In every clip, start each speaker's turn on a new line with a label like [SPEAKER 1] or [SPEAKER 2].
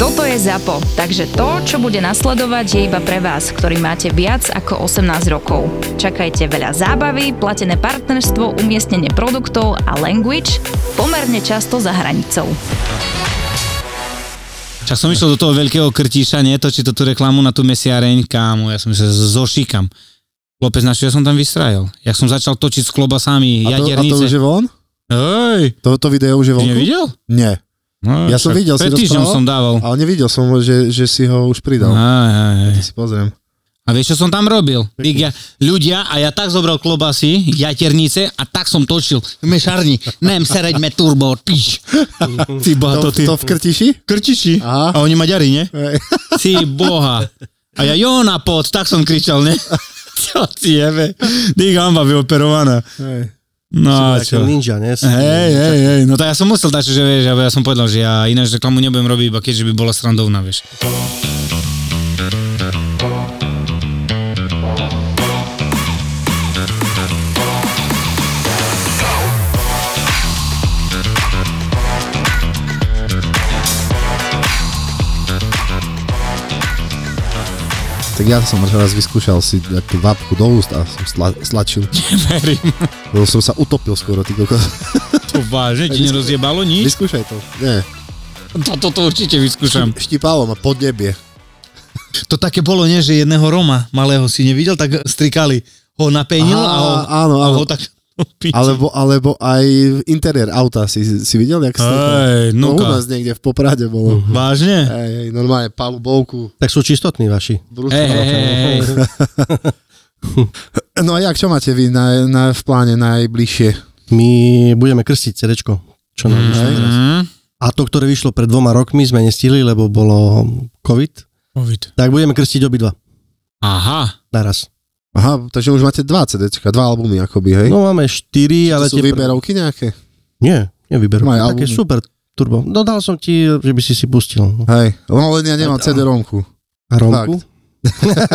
[SPEAKER 1] Toto je ZAPO, takže to, čo bude nasledovať, je iba pre vás, ktorý máte viac ako 18 rokov. Čakajte veľa zábavy, platené partnerstvo, umiestnenie produktov a language pomerne často za hranicou.
[SPEAKER 2] Čak som išiel do toho veľkého krtíša, netočí to tú reklamu na tú mesiareň, kámo, ja som sa zošikam. Chlopec našiel, ja som tam vystrajal. Ja som začal točiť s klobasami,
[SPEAKER 3] A to, a to
[SPEAKER 2] jadernice.
[SPEAKER 3] už je von?
[SPEAKER 2] Hej,
[SPEAKER 3] To, to video
[SPEAKER 2] ty
[SPEAKER 3] už je vonku?
[SPEAKER 2] nevidel?
[SPEAKER 3] Nie.
[SPEAKER 2] No,
[SPEAKER 3] Ja som
[SPEAKER 2] však
[SPEAKER 3] videl, si
[SPEAKER 2] Pred týždňom
[SPEAKER 3] rozprával?
[SPEAKER 2] som dával.
[SPEAKER 3] Ale nevidel som, že, že si ho už pridal.
[SPEAKER 2] Aj, aj, aj.
[SPEAKER 3] Ja si pozriem.
[SPEAKER 2] A vieš, čo som tam robil? Big, ja, ľudia, a ja tak zobral klobasy, jaternice a tak som točil. V mešarni, nem sereďme turbo, piš. Ty boha,
[SPEAKER 3] To,
[SPEAKER 2] to, ty.
[SPEAKER 3] to v Krtiši?
[SPEAKER 2] Krčiši.
[SPEAKER 3] Aha.
[SPEAKER 2] A oni maďari, ne?
[SPEAKER 3] Hej.
[SPEAKER 2] Ty boha. A ja Jona pod, tak som kričal, ne? Čo ti jebe? Ty gamba vyoperovaná.
[SPEAKER 3] Hej.
[SPEAKER 2] No a
[SPEAKER 4] Taký
[SPEAKER 2] čo?
[SPEAKER 4] ninja, nie?
[SPEAKER 2] Hej, hej, hej, no to ja som musel dať, že vieš, ja, ja som povedal, že ja ináč reklamu nebudem robiť, iba keďže by bola srandovná, vieš.
[SPEAKER 3] Tak ja som raz vyskúšal si dať tú vapku do úst a som sla, slačil.
[SPEAKER 2] Verím.
[SPEAKER 3] Lebo som sa utopil skoro, ty kokos.
[SPEAKER 2] To vážne, ti nerozjebalo nič?
[SPEAKER 3] Vyskúšaj to. Nie.
[SPEAKER 2] Toto to určite vyskúšam.
[SPEAKER 3] Štipalo ma pod nebie.
[SPEAKER 2] To také bolo, nie, že jedného Roma malého si nevidel, tak strikali. Ho napenil a, ho,
[SPEAKER 3] Á, áno,
[SPEAKER 2] a
[SPEAKER 3] áno.
[SPEAKER 2] ho tak... No,
[SPEAKER 3] Alebo, alebo aj interiér auta si, si videl, jak sa
[SPEAKER 2] Hej,
[SPEAKER 3] No u
[SPEAKER 2] nuka. Mhm.
[SPEAKER 3] nás niekde v Poprade bolo.
[SPEAKER 2] Vážne?
[SPEAKER 3] Hej, hej, normálne palubovku.
[SPEAKER 4] Tak sú čistotní vaši.
[SPEAKER 2] Hej,
[SPEAKER 3] brutálne.
[SPEAKER 2] hej, hej, hej.
[SPEAKER 3] No a jak, čo máte vy na, na, v pláne najbližšie?
[SPEAKER 4] My budeme krstiť CDčko,
[SPEAKER 3] Mhm.
[SPEAKER 4] čo nám vyšlo teraz.
[SPEAKER 2] Mm.
[SPEAKER 4] A to, ktoré vyšlo pred dvoma rokmi, sme nestihli, lebo bolo COVID. Tak budeme krstiť obidva
[SPEAKER 2] Aha.
[SPEAKER 4] naraz.
[SPEAKER 3] Aha, takže už máte dva CDčka, dva albumy akoby, hej?
[SPEAKER 4] No máme štyri, ale...
[SPEAKER 3] ale sú
[SPEAKER 4] tie pr-
[SPEAKER 3] výberovky nejaké?
[SPEAKER 4] Nie, nevyberú.
[SPEAKER 3] Majú albumy.
[SPEAKER 4] Také super turbo. No dal som ti, že by si si pustil.
[SPEAKER 3] Hej, no len ja nemám CD-romku.
[SPEAKER 4] A Romku?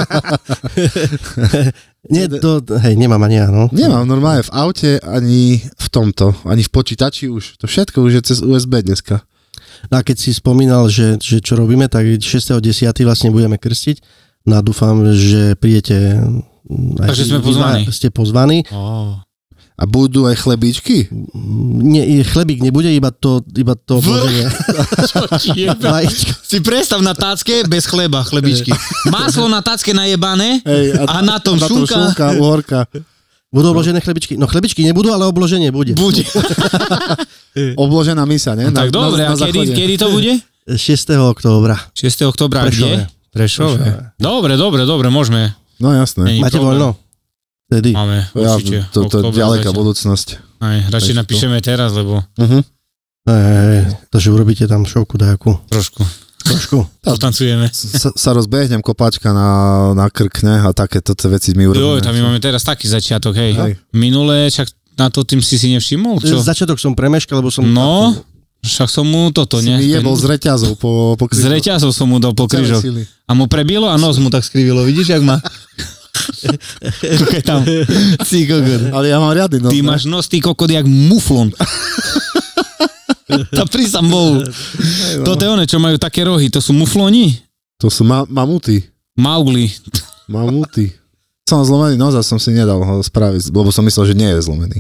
[SPEAKER 4] Nie, to, hej, nemám ani ja, no.
[SPEAKER 3] Nemám normálne v aute, ani v tomto, ani v počítači už. To všetko už je cez USB dneska.
[SPEAKER 4] A keď si spomínal, že, že čo robíme, tak 6.10. vlastne budeme krstiť. No a dúfam, že prídete... mm, aj
[SPEAKER 2] Takže
[SPEAKER 4] vy-
[SPEAKER 2] sme
[SPEAKER 4] vy dva
[SPEAKER 2] pozvaní.
[SPEAKER 4] Ste pozvaní.
[SPEAKER 2] Oh.
[SPEAKER 3] A budú aj chlebíčky?
[SPEAKER 4] Mm, Nie, i chlebík nebude, iba to, iba to
[SPEAKER 2] V-
[SPEAKER 4] vloženie.
[SPEAKER 2] Čo ti jebe?
[SPEAKER 4] Vajíčko.
[SPEAKER 2] Si predstav na tácke bez chleba, chlebičky. Maslo na tácke najebané
[SPEAKER 3] Hej,
[SPEAKER 2] a na tom
[SPEAKER 3] na tom
[SPEAKER 2] šunka
[SPEAKER 3] šunka, uhorka.
[SPEAKER 4] Budú obložené chlebičky. No chlebičky nebudú, ale obloženie bude.
[SPEAKER 2] bude.
[SPEAKER 3] Obložená misa, ne?
[SPEAKER 2] No Tak dobre, a kedy,
[SPEAKER 3] záchode.
[SPEAKER 2] kedy to bude?
[SPEAKER 4] 6. októbra.
[SPEAKER 2] 6. oktobra, kde? Prešove. Dobre, dobre, dobre, môžeme.
[SPEAKER 3] No jasné.
[SPEAKER 2] Není
[SPEAKER 4] Máte
[SPEAKER 2] problém.
[SPEAKER 4] voľno? Tedy.
[SPEAKER 2] Máme,
[SPEAKER 3] Ja,
[SPEAKER 2] určite.
[SPEAKER 3] to, to je
[SPEAKER 2] Október
[SPEAKER 3] ďaleká
[SPEAKER 2] zatiaľ.
[SPEAKER 3] budúcnosť.
[SPEAKER 2] Aj, radšej
[SPEAKER 3] Takže to-
[SPEAKER 2] napíšeme teraz, lebo
[SPEAKER 3] Uh-huh.
[SPEAKER 4] Ej, takže urobíte tam šovku dajakú.
[SPEAKER 2] trošku
[SPEAKER 4] Trošku.
[SPEAKER 2] potancujeme.
[SPEAKER 3] Sa, sa rozbehnem kopačka na, na krk, ne? A takéto tie veci my urobíme.
[SPEAKER 2] Jo, tam my máme teraz taký začiatok, hej.
[SPEAKER 3] Hej.
[SPEAKER 2] Minulé, však na to tým si si nevšimol, čo?
[SPEAKER 4] Začiatok som premeškal, lebo som...
[SPEAKER 2] No, však som mu toto,
[SPEAKER 3] si
[SPEAKER 2] ne?
[SPEAKER 3] mi jebol
[SPEAKER 2] Ten-
[SPEAKER 3] z reťazov po, po
[SPEAKER 2] z reťazov som mu dal po
[SPEAKER 3] Celé
[SPEAKER 2] krížok.
[SPEAKER 3] sily.
[SPEAKER 2] A mu prebilo a nos mu tak skrivilo, vidíš, jak má? Kúkaj tam. Ty kokot.
[SPEAKER 3] Ale ja mám riadny nos.
[SPEAKER 2] Ty
[SPEAKER 3] ne?
[SPEAKER 2] máš nos, ty kokot, jak muflon. to prísam Bohu. Toto je one, čo majú také rohy, to sú mufloni?
[SPEAKER 3] To sú ma- mamuty.
[SPEAKER 2] Maugli.
[SPEAKER 3] Mamuty. Som zlomený nos a som si nedal ho spraviť, lebo som myslel, že nie je zlomený.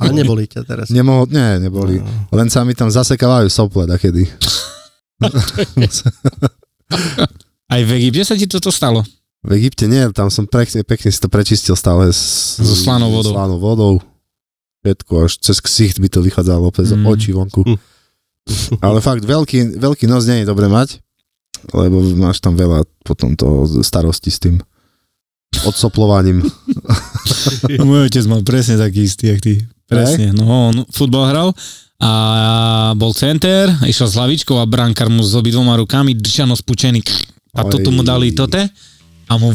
[SPEAKER 4] A neboli ťa teraz.
[SPEAKER 3] Nemohol, nie, neboli. Len sa mi tam zasekávajú sople takedy.
[SPEAKER 2] Aj v Egypte sa ti toto stalo?
[SPEAKER 3] V Egypte nie, tam som pekne, pekne si to prečistil stále s,
[SPEAKER 2] So slanou vodou.
[SPEAKER 3] slanou vodou. Všetko, až cez ksicht by to vychádzalo opäť mm.
[SPEAKER 2] Mm.
[SPEAKER 3] očí vonku.
[SPEAKER 4] Hm.
[SPEAKER 3] Ale fakt, veľký, veľký nos nie je dobre mať, lebo máš tam veľa potom toho starosti s tým odsoplovaním.
[SPEAKER 2] Môj otec mal presne taký istý, jak ty. Presne. No, on futbal hral a bol center, išiel s hlavičkou a brankár mu s obidvoma rukami, držano spučený. A
[SPEAKER 3] Oj.
[SPEAKER 2] toto mu dali tote a mu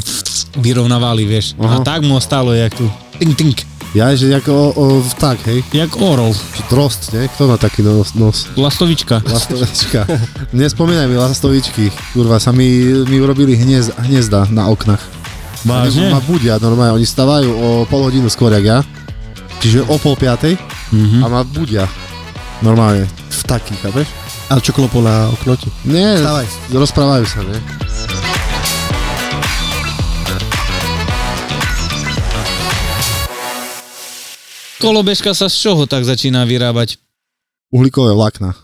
[SPEAKER 2] vyrovnávali, vieš.
[SPEAKER 3] Aha.
[SPEAKER 2] A tak mu ostalo, jak tu. Tink, tink.
[SPEAKER 3] Ja, že ako o, o, tak, hej,
[SPEAKER 2] Jak orol.
[SPEAKER 3] či trost, nie? Kto má taký nos? nos?
[SPEAKER 2] Lastovička.
[SPEAKER 3] Lastovička. Nespomínaj mi lastovičky. Kurva, sa mi, mi urobili hniezd, hniezda na oknách. Oni ma
[SPEAKER 2] Vážne?
[SPEAKER 3] budia normálne, oni stavajú o pol hodinu skôr, jak ja. Čiže o pol piatej
[SPEAKER 2] Mhm.
[SPEAKER 3] a ma budia. Normálne, v takých, chápeš?
[SPEAKER 4] A čo klopú na okno ti?
[SPEAKER 3] Nie,
[SPEAKER 4] Vstávaj.
[SPEAKER 3] rozprávajú sa, ne?
[SPEAKER 2] Kolobežka sa z čoho tak začína vyrábať?
[SPEAKER 3] Uhlíkové vlákna.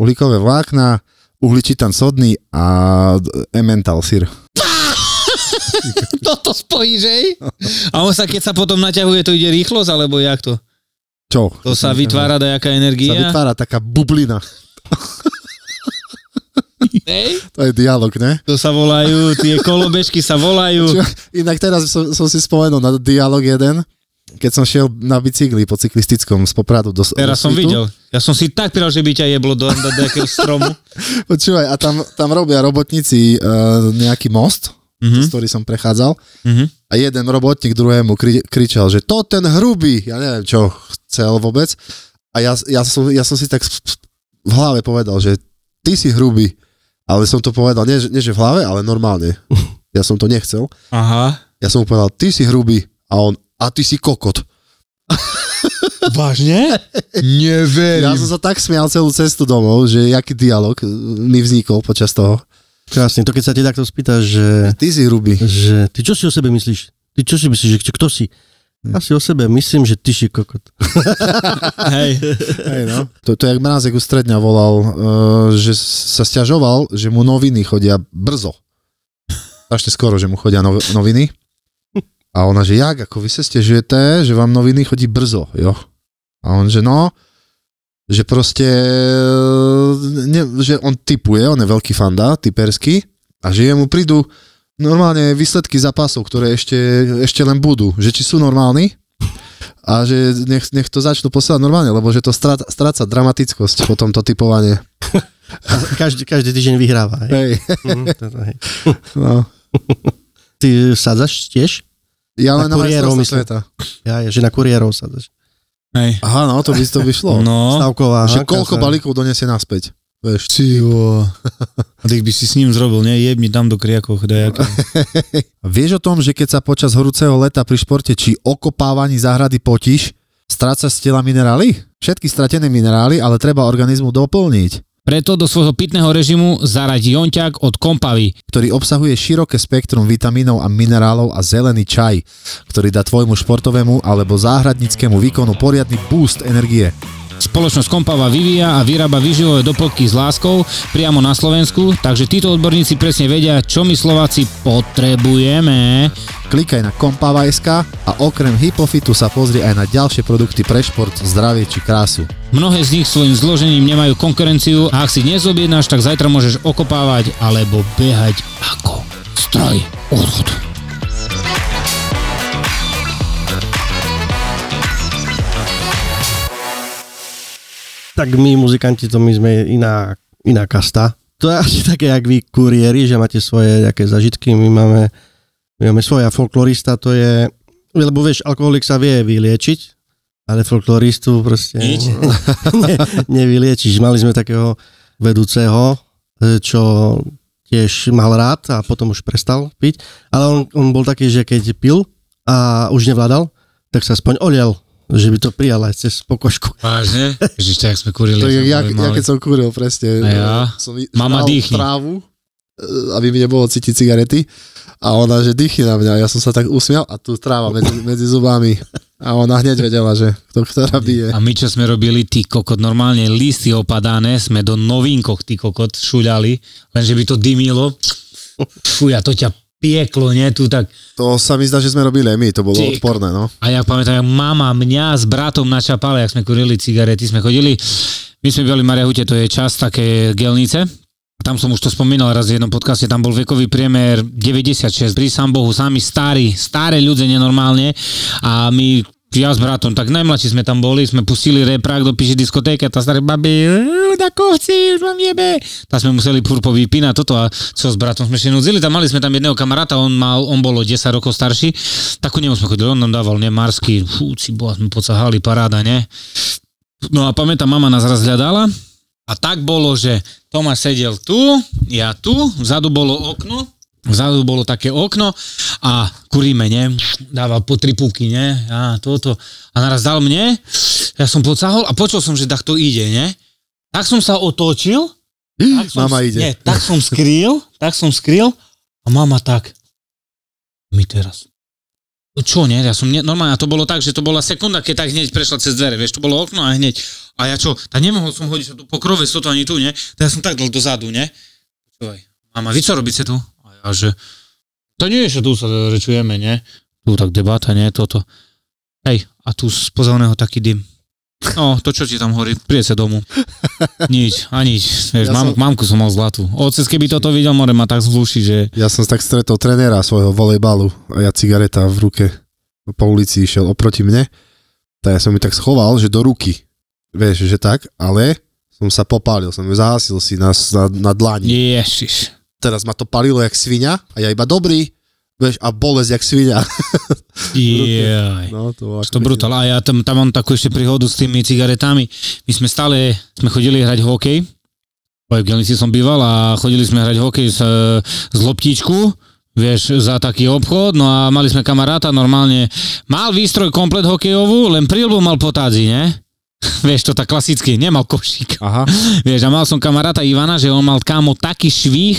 [SPEAKER 3] Uhlíkové vlákna, uhličitan sodný a emmental sír.
[SPEAKER 2] Toto spojíš, ej? A on sa, keď sa potom naťahuje, to ide rýchlosť, alebo jak to?
[SPEAKER 3] Čo?
[SPEAKER 2] To sa vytvára dajaká
[SPEAKER 3] Sa
[SPEAKER 2] energia?
[SPEAKER 3] vytvára taká bublina.
[SPEAKER 2] Hej?
[SPEAKER 3] To je dialog, ne?
[SPEAKER 2] To sa volajú, tie kolobežky sa volajú.
[SPEAKER 3] Čo, inak teraz som, som si spomenul na dialog jeden, keď som šiel na bicykli po cyklistickom z Popradu do
[SPEAKER 2] Teraz
[SPEAKER 3] do
[SPEAKER 2] som
[SPEAKER 3] Svitu.
[SPEAKER 2] videl. Ja som si tak pral, že by ťa jeblo do, do nejakého stromu.
[SPEAKER 3] Počúvaj, a tam, tam robia robotníci uh, nejaký most, mm-hmm. z ktorý som prechádzal.
[SPEAKER 2] Mhm.
[SPEAKER 3] A jeden robotník druhému kri- kričal, že to ten hrubý, ja neviem, čo chcel vôbec. A ja, ja, som, ja som si tak sp- sp- v hlave povedal, že ty si hrubý. Ale som to povedal, nie, že- nie že v hlave, ale normálne. Ja som to nechcel.
[SPEAKER 2] Aha.
[SPEAKER 3] Ja som mu povedal, ty si hrubý. A on, a ty si kokot.
[SPEAKER 2] Vážne?
[SPEAKER 3] Ja
[SPEAKER 2] Neverím.
[SPEAKER 3] som sa tak smial celú cestu domov, že jaký dialog e, mi vznikol počas toho.
[SPEAKER 4] Krásne, to keď sa ti takto spýtaš, že,
[SPEAKER 3] Ty si hrubý.
[SPEAKER 4] že ty čo si o sebe myslíš? Ty čo si myslíš, že čo- kto si?
[SPEAKER 3] Hm.
[SPEAKER 4] Ja si o sebe myslím, že ty si kokot.
[SPEAKER 2] Hej.
[SPEAKER 3] Hej, no. To, to je jak Mrázek u stredňa volal, uh, že sa stiažoval, že mu noviny chodia brzo. Strašne skoro, že mu chodia no, noviny. A ona, že jak, ako vy sa stiažujete, že vám noviny chodí brzo, jo? A on, že no, že proste, e, ne, že on typuje, on je veľký fanda, typerský, a že jemu prídu normálne výsledky zápasov, ktoré ešte, ešte len budú, že či sú normálni, a že nech, nech to začnú posielať normálne, lebo že to stráca, stráca dramatickosť po tomto typovanie.
[SPEAKER 4] A Každý, každý týždeň vyhráva. Hej.
[SPEAKER 3] Hej,
[SPEAKER 4] Mhm, toto, hej.
[SPEAKER 3] no.
[SPEAKER 4] Ty sadzaš tiež?
[SPEAKER 3] Ja len na
[SPEAKER 4] Na kuriérov
[SPEAKER 3] majstrovstvá
[SPEAKER 4] myslím.
[SPEAKER 3] sveta.
[SPEAKER 4] Ja, ja, že na kuriérov sadzaš.
[SPEAKER 2] Hej.
[SPEAKER 3] Aha, no, to by to by šlo. No,
[SPEAKER 2] No.
[SPEAKER 4] Stavková.
[SPEAKER 3] že
[SPEAKER 4] Hanka
[SPEAKER 3] koľko
[SPEAKER 4] sa-
[SPEAKER 3] balíkov donesie naspäť. Vieš,
[SPEAKER 2] Ty vole. A ty by si s ním zrobil, nie? Jebni tam do kriakoch, dajaká.
[SPEAKER 3] vieš o tom, že keď sa počas horúceho leta pri športe či okopávaní záhrady potíš, strácaš z tela minerály? Všetky stratené minerály, ale treba organizmu doplniť,
[SPEAKER 2] Preto do svojho pitného režimu zaradi jonťak od kompavy.
[SPEAKER 3] ktorý obsahuje široké spektrum vitamínov a minerálov a zelený čaj, ktorý dá tvojmu športovému alebo záhradníckému výkonu poriadny boost energie.
[SPEAKER 2] Spoločnosť Kompava vyvíja a vyrába výživové doplnky s láskou priamo na Slovensku, takže títo odborníci presne vedia, čo my Slováci potrebujeme.
[SPEAKER 3] Klikaj na kompava.sk a okrem Hypofitu sa pozri aj na ďalšie produkty pre šport, zdravie či krásu.
[SPEAKER 2] Mnohé z nich svojim zložením nemajú konkurenciu a ak si nezobjednáš, tak zajtra môžeš okopávať alebo behať ako stroj odchod.
[SPEAKER 4] Tak my muzikanti, to my sme iná, iná kasta. To je asi také, jak vy kuriéri, že máte svoje nejaké zažitky, my máme, my máme svoje a folklorista to je, lebo vieš, alkoholik sa vie vyliečiť, ale folkloristu proste
[SPEAKER 2] Nič.
[SPEAKER 4] ne, nevyliečíš. Mali sme takého vedúceho, e, čo tiež mal rád a potom už prestal piť, ale on, on bol taký, že keď pil a už nevládal, tak sa aspoň olial, že by to prijal aj cez pokožku.
[SPEAKER 2] Vážne? Ježiš, tak sme kurili.
[SPEAKER 3] To je, ja,
[SPEAKER 2] boli
[SPEAKER 3] ja
[SPEAKER 2] mali.
[SPEAKER 3] keď som kúril, presne.
[SPEAKER 2] A
[SPEAKER 3] Eh,
[SPEAKER 2] ja?
[SPEAKER 3] Som
[SPEAKER 2] Mama,
[SPEAKER 3] žral
[SPEAKER 2] dýchni.
[SPEAKER 3] trávu, e, aby mi nebolo cítiť cigarety. A ona, že dýchni na mňa. Ja som sa tak usmial a tu tráva medzi, medzi zubami. A ona hneď vedela, že kto ktorá bije.
[SPEAKER 2] A my čo sme robili, ty kokot, normálne listy opadané, sme do novinkoch, ty kokot, šuľali, lenže by to dymilo. Fuja, to ťa pieklo, nie, tu tak.
[SPEAKER 3] To sa mi zdá, že sme robili aj my. To bolo
[SPEAKER 2] Ty-
[SPEAKER 3] odporné, no.
[SPEAKER 2] A ja pamätám, jak mama mňa s bratom načapala, jak sme kurili cigarety, sme chodili, my sme bývali v Mariahute, to je čas také gelnice, tam som už to spomínal raz v jednom podcaste, tam bol vekový priemer 96, pri sám Bohu, sami starí, staré ľudia nenormálne a my ja s bratom, tak najmladší sme tam boli, sme pustili reprák do piši diskotéky a tá stará babi, "Uuu, na kovci, už vám jebe. Tá sme museli purpo vypínať toto a čo s bratom sme ešte nudzili, tam mali sme tam jedného kamaráta, on mal, on bol o 10 rokov starší, tak ku nemu sme chodili, on nám dával, ne, marsky, fú, cibo, sme pocahali, paráda, ne. No a pamätám, mama nás raz hľadala a tak bolo, že Tomáš sedel tu, ja tu, vzadu bolo okno, vzadu bolo také okno a kuríme, ne? Dával po tri puky, ne? A toto. A naraz dal mne, ja som pocahol a počul som, že takto ide, ne? Tak som sa otočil Tak som,
[SPEAKER 3] Mama ide.
[SPEAKER 2] Nie, tak som skrýl, tak som skrýl a mama tak. My teraz. "No Čo, nie? Ja som ne, normálne, a to bolo tak, že to bola sekunda, keď tak hneď prešla cez dvere, vieš, to bolo okno a hneď. A ja čo, tak nemohol som hodiť sa tu po krove, so to ani tu, nie? Tak ja som tak dal dozadu, nie? Počúvaj, mama, vy čo robíte tu? A ja, že to nie je, že tu sa rečujeme, nie? Tu tak debata, nie? Toto. Hej, a tu spoza oného taký dym. No, to čo ti tam horí, príde sa domu. Nič, a nič. Vieš, ja
[SPEAKER 3] Ja
[SPEAKER 2] mám,
[SPEAKER 3] som-
[SPEAKER 2] mamku som mal zlatú. Otec, keby toto videl, more ma tak zluší, že...
[SPEAKER 3] Ja som tak stretol trenéra svojho volejbalu a ja cigareta v ruke po ulici išiel oproti mne, tak ja som ju tak schoval, že do ruky. Vieš, že tak, ale som sa popálil, som ju zahasil si na, na, na dlani.
[SPEAKER 2] Ježiš.
[SPEAKER 3] Teraz ma to palilo jak svinia a ja iba dobrý, vieš, a bolesť jak svinia.
[SPEAKER 2] Jaj.
[SPEAKER 3] No, to bolo
[SPEAKER 2] To
[SPEAKER 3] ako-
[SPEAKER 2] brutál. A ja tam, tam mám takú ešte príhodu s tými cigaretami. My sme stále, sme chodili hrať hokej. Bo aj V Gelnici som býval a chodili sme hrať hokej z, z loptičku vieš, za taký obchod, no a mali sme kamaráta normálne, mal výstroj komplet hokejovú, len prílbu mal potádzi, ne? Vieš, to tak klasicky, nemal košík.
[SPEAKER 3] Aha,
[SPEAKER 2] Vieš, a mal som kamaráta Ivana, že on mal kámo taký švih,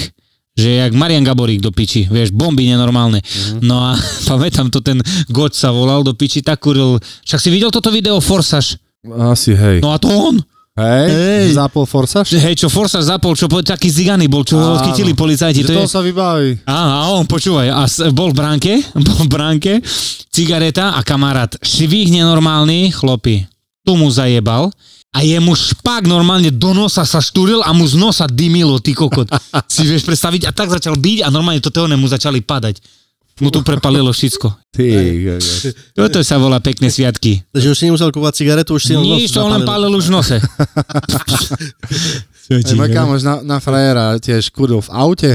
[SPEAKER 2] že jak Marian Gaborík do piči, vieš, bomby nenormálne.
[SPEAKER 3] Mhm.
[SPEAKER 2] No a pamätám to, ten Goč sa volal do piči, tak kuril. Však si videl toto video Forsaž?
[SPEAKER 3] asi hej.
[SPEAKER 2] No a to on.
[SPEAKER 3] Hej,
[SPEAKER 2] Hej.
[SPEAKER 3] zapol forsaž?
[SPEAKER 2] Že hej, čo Forsaž zapol, čo po, taký ziganý bol, čo ho
[SPEAKER 3] Áno.
[SPEAKER 2] odchytili policajti.
[SPEAKER 3] Že
[SPEAKER 2] To je...
[SPEAKER 3] toho sa vybaví.
[SPEAKER 2] Á, a on, počúvaj, a s- bol v bránke, bol v bránke, cigareta a kamarát, šivých nenormálny, chlopi, tu mu zajebal a jemu špak normálne do nosa sa štúril a mu z nosa dymilo, ty kokot. Si vieš predstaviť? A tak začal byť a normálne to teone mu začali padať. Mu tu prepalilo všetko.
[SPEAKER 3] Ty,
[SPEAKER 2] Toto sa volá pekné sviatky.
[SPEAKER 4] Takže už si nemusel kúpať cigaretu, už si len
[SPEAKER 2] Nič, to on len palil už v nose.
[SPEAKER 3] Aj môj
[SPEAKER 2] no.
[SPEAKER 3] kamoš na, na frajera tiež kuril v aute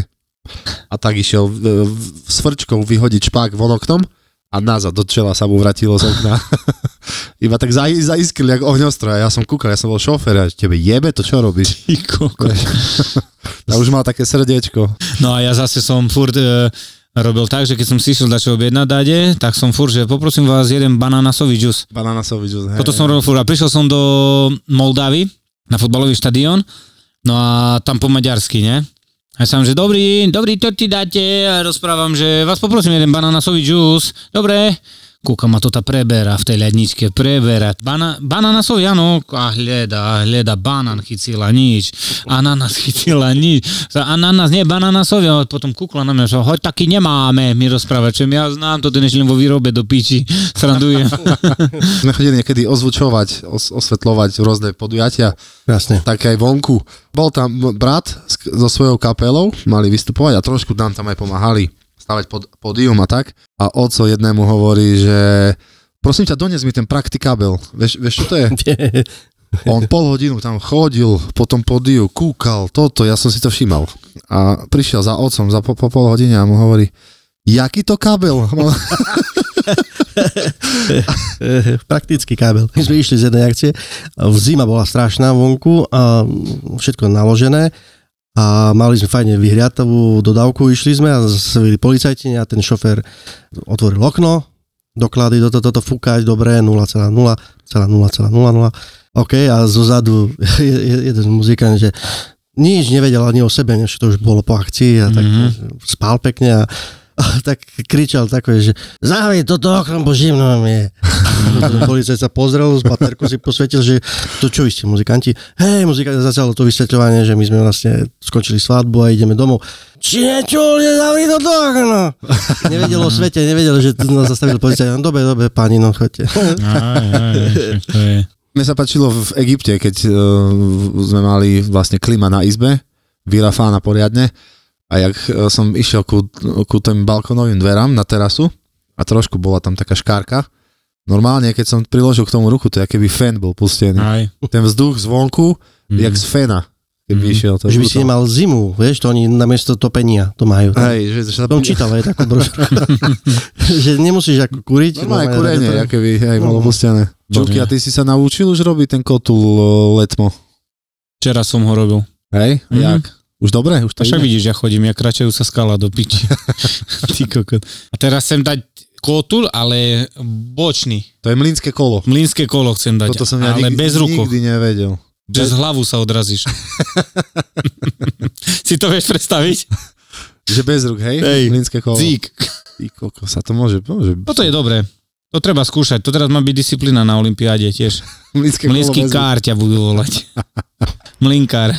[SPEAKER 3] a tak išiel v, v, s frčkou vyhodiť špák von oknom a nazad do čela sa mu vratilo z okna. Iba tak zai- zaiskril jak ohňostroj a ja som kúkal, ja som bol šofér a tebe jebe to, čo robíš?
[SPEAKER 2] Ty kokot.
[SPEAKER 3] A už mal také srdiečko.
[SPEAKER 2] No a ja zase som furt e, robil tak, že keď som si išiel dačo objednať dade, tak som furt, že poprosím vás jeden bananasový džus.
[SPEAKER 3] Bananasový džus, hej.
[SPEAKER 2] Toto som robil furt a prišiel som do Moldavy na futbalový štadión, no a tam po maďarsky, ne? A ja som, že dobrý, dobrý, to ti dáte a rozprávam, že vás poprosím jeden bananasový džus. Dobre, Kúka ma to tá prebera v tej ľadničke, prebera. Bana, bananasov, áno, a hľada, a hľada, banán chytila, nič. Ananas chytila, nič. Za Ananas, nie, bananasov, a potom kúkla na mňa, že hoď taký nemáme, mi rozpráva, čo ja znám, to dnes len vo výrobe do piči, srandujem.
[SPEAKER 3] Sme chodili niekedy ozvučovať, os- osvetľovať rôzne podujatia
[SPEAKER 4] Jasne.
[SPEAKER 3] tak aj vonku. Bol tam brat s- so svojou kapelou, mali vystupovať a trošku nám tam aj pomáhali stavať pod, podium a tak. A oco jednému hovorí, že prosím ťa, dones mi ten praktikabel. Vieš, vieš, čo to je? On pol hodinu tam chodil, potom podiu, kúkal, toto, ja som si to všímal. A prišiel za otcom za po, po pol hodine a mu hovorí, jaký to kabel?
[SPEAKER 4] Eh, Praktický kábel. My sme išli z jednej akcie, zima bola strašná vonku a všetko naložené a mali sme fajne vyhriatavú dodávku, išli sme a zase byli policajti a ten šofér otvoril okno, doklady do toto, toto fúkať, dobre, 0,0, 0,0, 0,0, OK, a zo zadu je- je- jeden muzikant, že nič nevedel ani o sebe, než to už bolo po akcii a tak mm-hmm. spal pekne a, a tak kričal takové, že zahvej toto okno, bo živno mi je. Ten Policajt sa pozrel, z baterku si posvetil, že to čo vy ste muzikanti? Hej, muzikanti, začalo to vysvetľovanie, že my sme vlastne skončili svadbu a ideme domov. Či nečul, že zavri toto okno. Nevedel o svete, nevedel, že tu nás zastavil policajt. No dobre, dobre, páni, no chodte.
[SPEAKER 2] Aj, aj, aj, to je.
[SPEAKER 3] Mne sa páčilo v Egypte, keď uh, sme mali vlastne klima na izbe, vyrafána poriadne, a jak eh, som išiel ku, ku tým balkónovým dverám na terasu a trošku bola tam taká škárka, normálne, keď som priložil k tomu ruku, to je, keby fén bol pustený.
[SPEAKER 2] Aj.
[SPEAKER 3] Ten vzduch zvonku, mm. jak z féna, keby
[SPEAKER 2] Mhm.
[SPEAKER 3] išiel. To je
[SPEAKER 4] Mhm. Že by si
[SPEAKER 3] brutál.
[SPEAKER 4] nemal zimu, vieš, to oni namiesto topenia to majú.
[SPEAKER 3] Hej, že, že sa
[SPEAKER 4] Som No, čítal aj takú brožúrku. že nemusíš ako kúriť.
[SPEAKER 3] Normálne kurenie,
[SPEAKER 4] dať-
[SPEAKER 3] aké by, hej, bolo
[SPEAKER 4] Mhm.
[SPEAKER 3] pustené. Čuky, a ty si sa naučil už robiť ten kotul eh, letmo,
[SPEAKER 2] Včera som ho robil.
[SPEAKER 3] hej?
[SPEAKER 2] Mhm.
[SPEAKER 3] Jak? Už dobre? Už
[SPEAKER 2] To
[SPEAKER 3] to
[SPEAKER 2] však
[SPEAKER 3] ide?
[SPEAKER 2] vidíš, ja chodím, ja kračajú sa skala do piči. Ty kokot. A teraz chcem dať kotul, ale bočný.
[SPEAKER 3] To je mlínske kolo.
[SPEAKER 2] Mlínske kolo chcem dať,
[SPEAKER 3] Toto som ja
[SPEAKER 2] ale
[SPEAKER 3] nikdy,
[SPEAKER 2] bez ruku.
[SPEAKER 3] nikdy nevedel.
[SPEAKER 2] Bez hlavu sa odrazíš. si to vieš predstaviť?
[SPEAKER 3] Že bez rúk, hej?
[SPEAKER 4] Hej.
[SPEAKER 3] Mlínske kolo.
[SPEAKER 2] Cík.
[SPEAKER 3] Ty koko, sa to môže, môže.
[SPEAKER 2] Toto je dobré. To treba skúšať. To teraz má byť disciplína na Olympiáde tiež.
[SPEAKER 3] Mlínske kolo
[SPEAKER 2] Mlinský
[SPEAKER 3] bez rúk.
[SPEAKER 2] kár ťa budú volať. Mlinkár.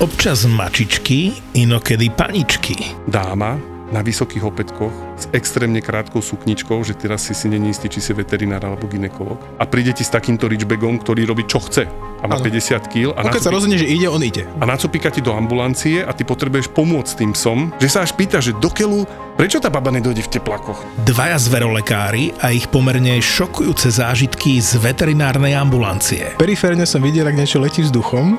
[SPEAKER 5] Občas mačičky, inokedy paničky.
[SPEAKER 6] dáma na vysokých opätkoch s extrémne krátkou sukničkou, že teraz si si není istý, či si veterinár alebo ginekolog. A príde ti s takýmto richbagom, ktorý robí čo chce a má
[SPEAKER 5] Áno.
[SPEAKER 6] 50 kg a,
[SPEAKER 5] Pokiaľ sa
[SPEAKER 6] nacupí-
[SPEAKER 5] rozhodne, že ide, on ide.
[SPEAKER 6] a nacupíka ti do ambulancie a ty potrebuješ pomôcť tým psom, že sa až pýta, že dokelu, prečo tá baba nedojde v teplakoch?
[SPEAKER 5] Dvaja zverolekári a ich pomerne šokujúce zážitky z veterinárnej ambulancie.
[SPEAKER 7] Periférne som videl, ak niečo letí vzduchom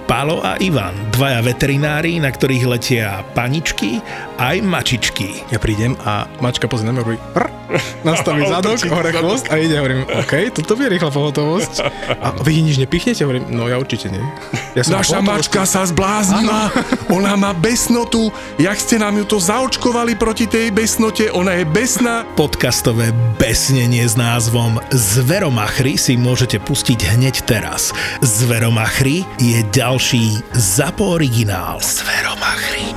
[SPEAKER 5] Palo a Ivan, dvaja veterinári, na ktorých letia paničky aj mačičky.
[SPEAKER 7] Ja prídem a mačka pozrie na mňa, hovorí, "Prr." nastaví zadok,
[SPEAKER 6] Otočí
[SPEAKER 7] hore
[SPEAKER 6] zadok.
[SPEAKER 7] chvost a ide, hovorím, OK, toto je rýchla pohotovosť. A vy nič nepichnete? Hovorím, no ja určite nie. Ja na
[SPEAKER 6] Naša
[SPEAKER 7] pohotovosti.
[SPEAKER 6] mačka sa zbláznila, ona má besnotu, jak ste nám ju to zaočkovali proti tej besnote, ona je besná.
[SPEAKER 5] Podcastové besnenie s názvom Zveromachry si môžete pustiť hneď teraz. Zveromachry je ďalší ZAPO originál. Zveromachry.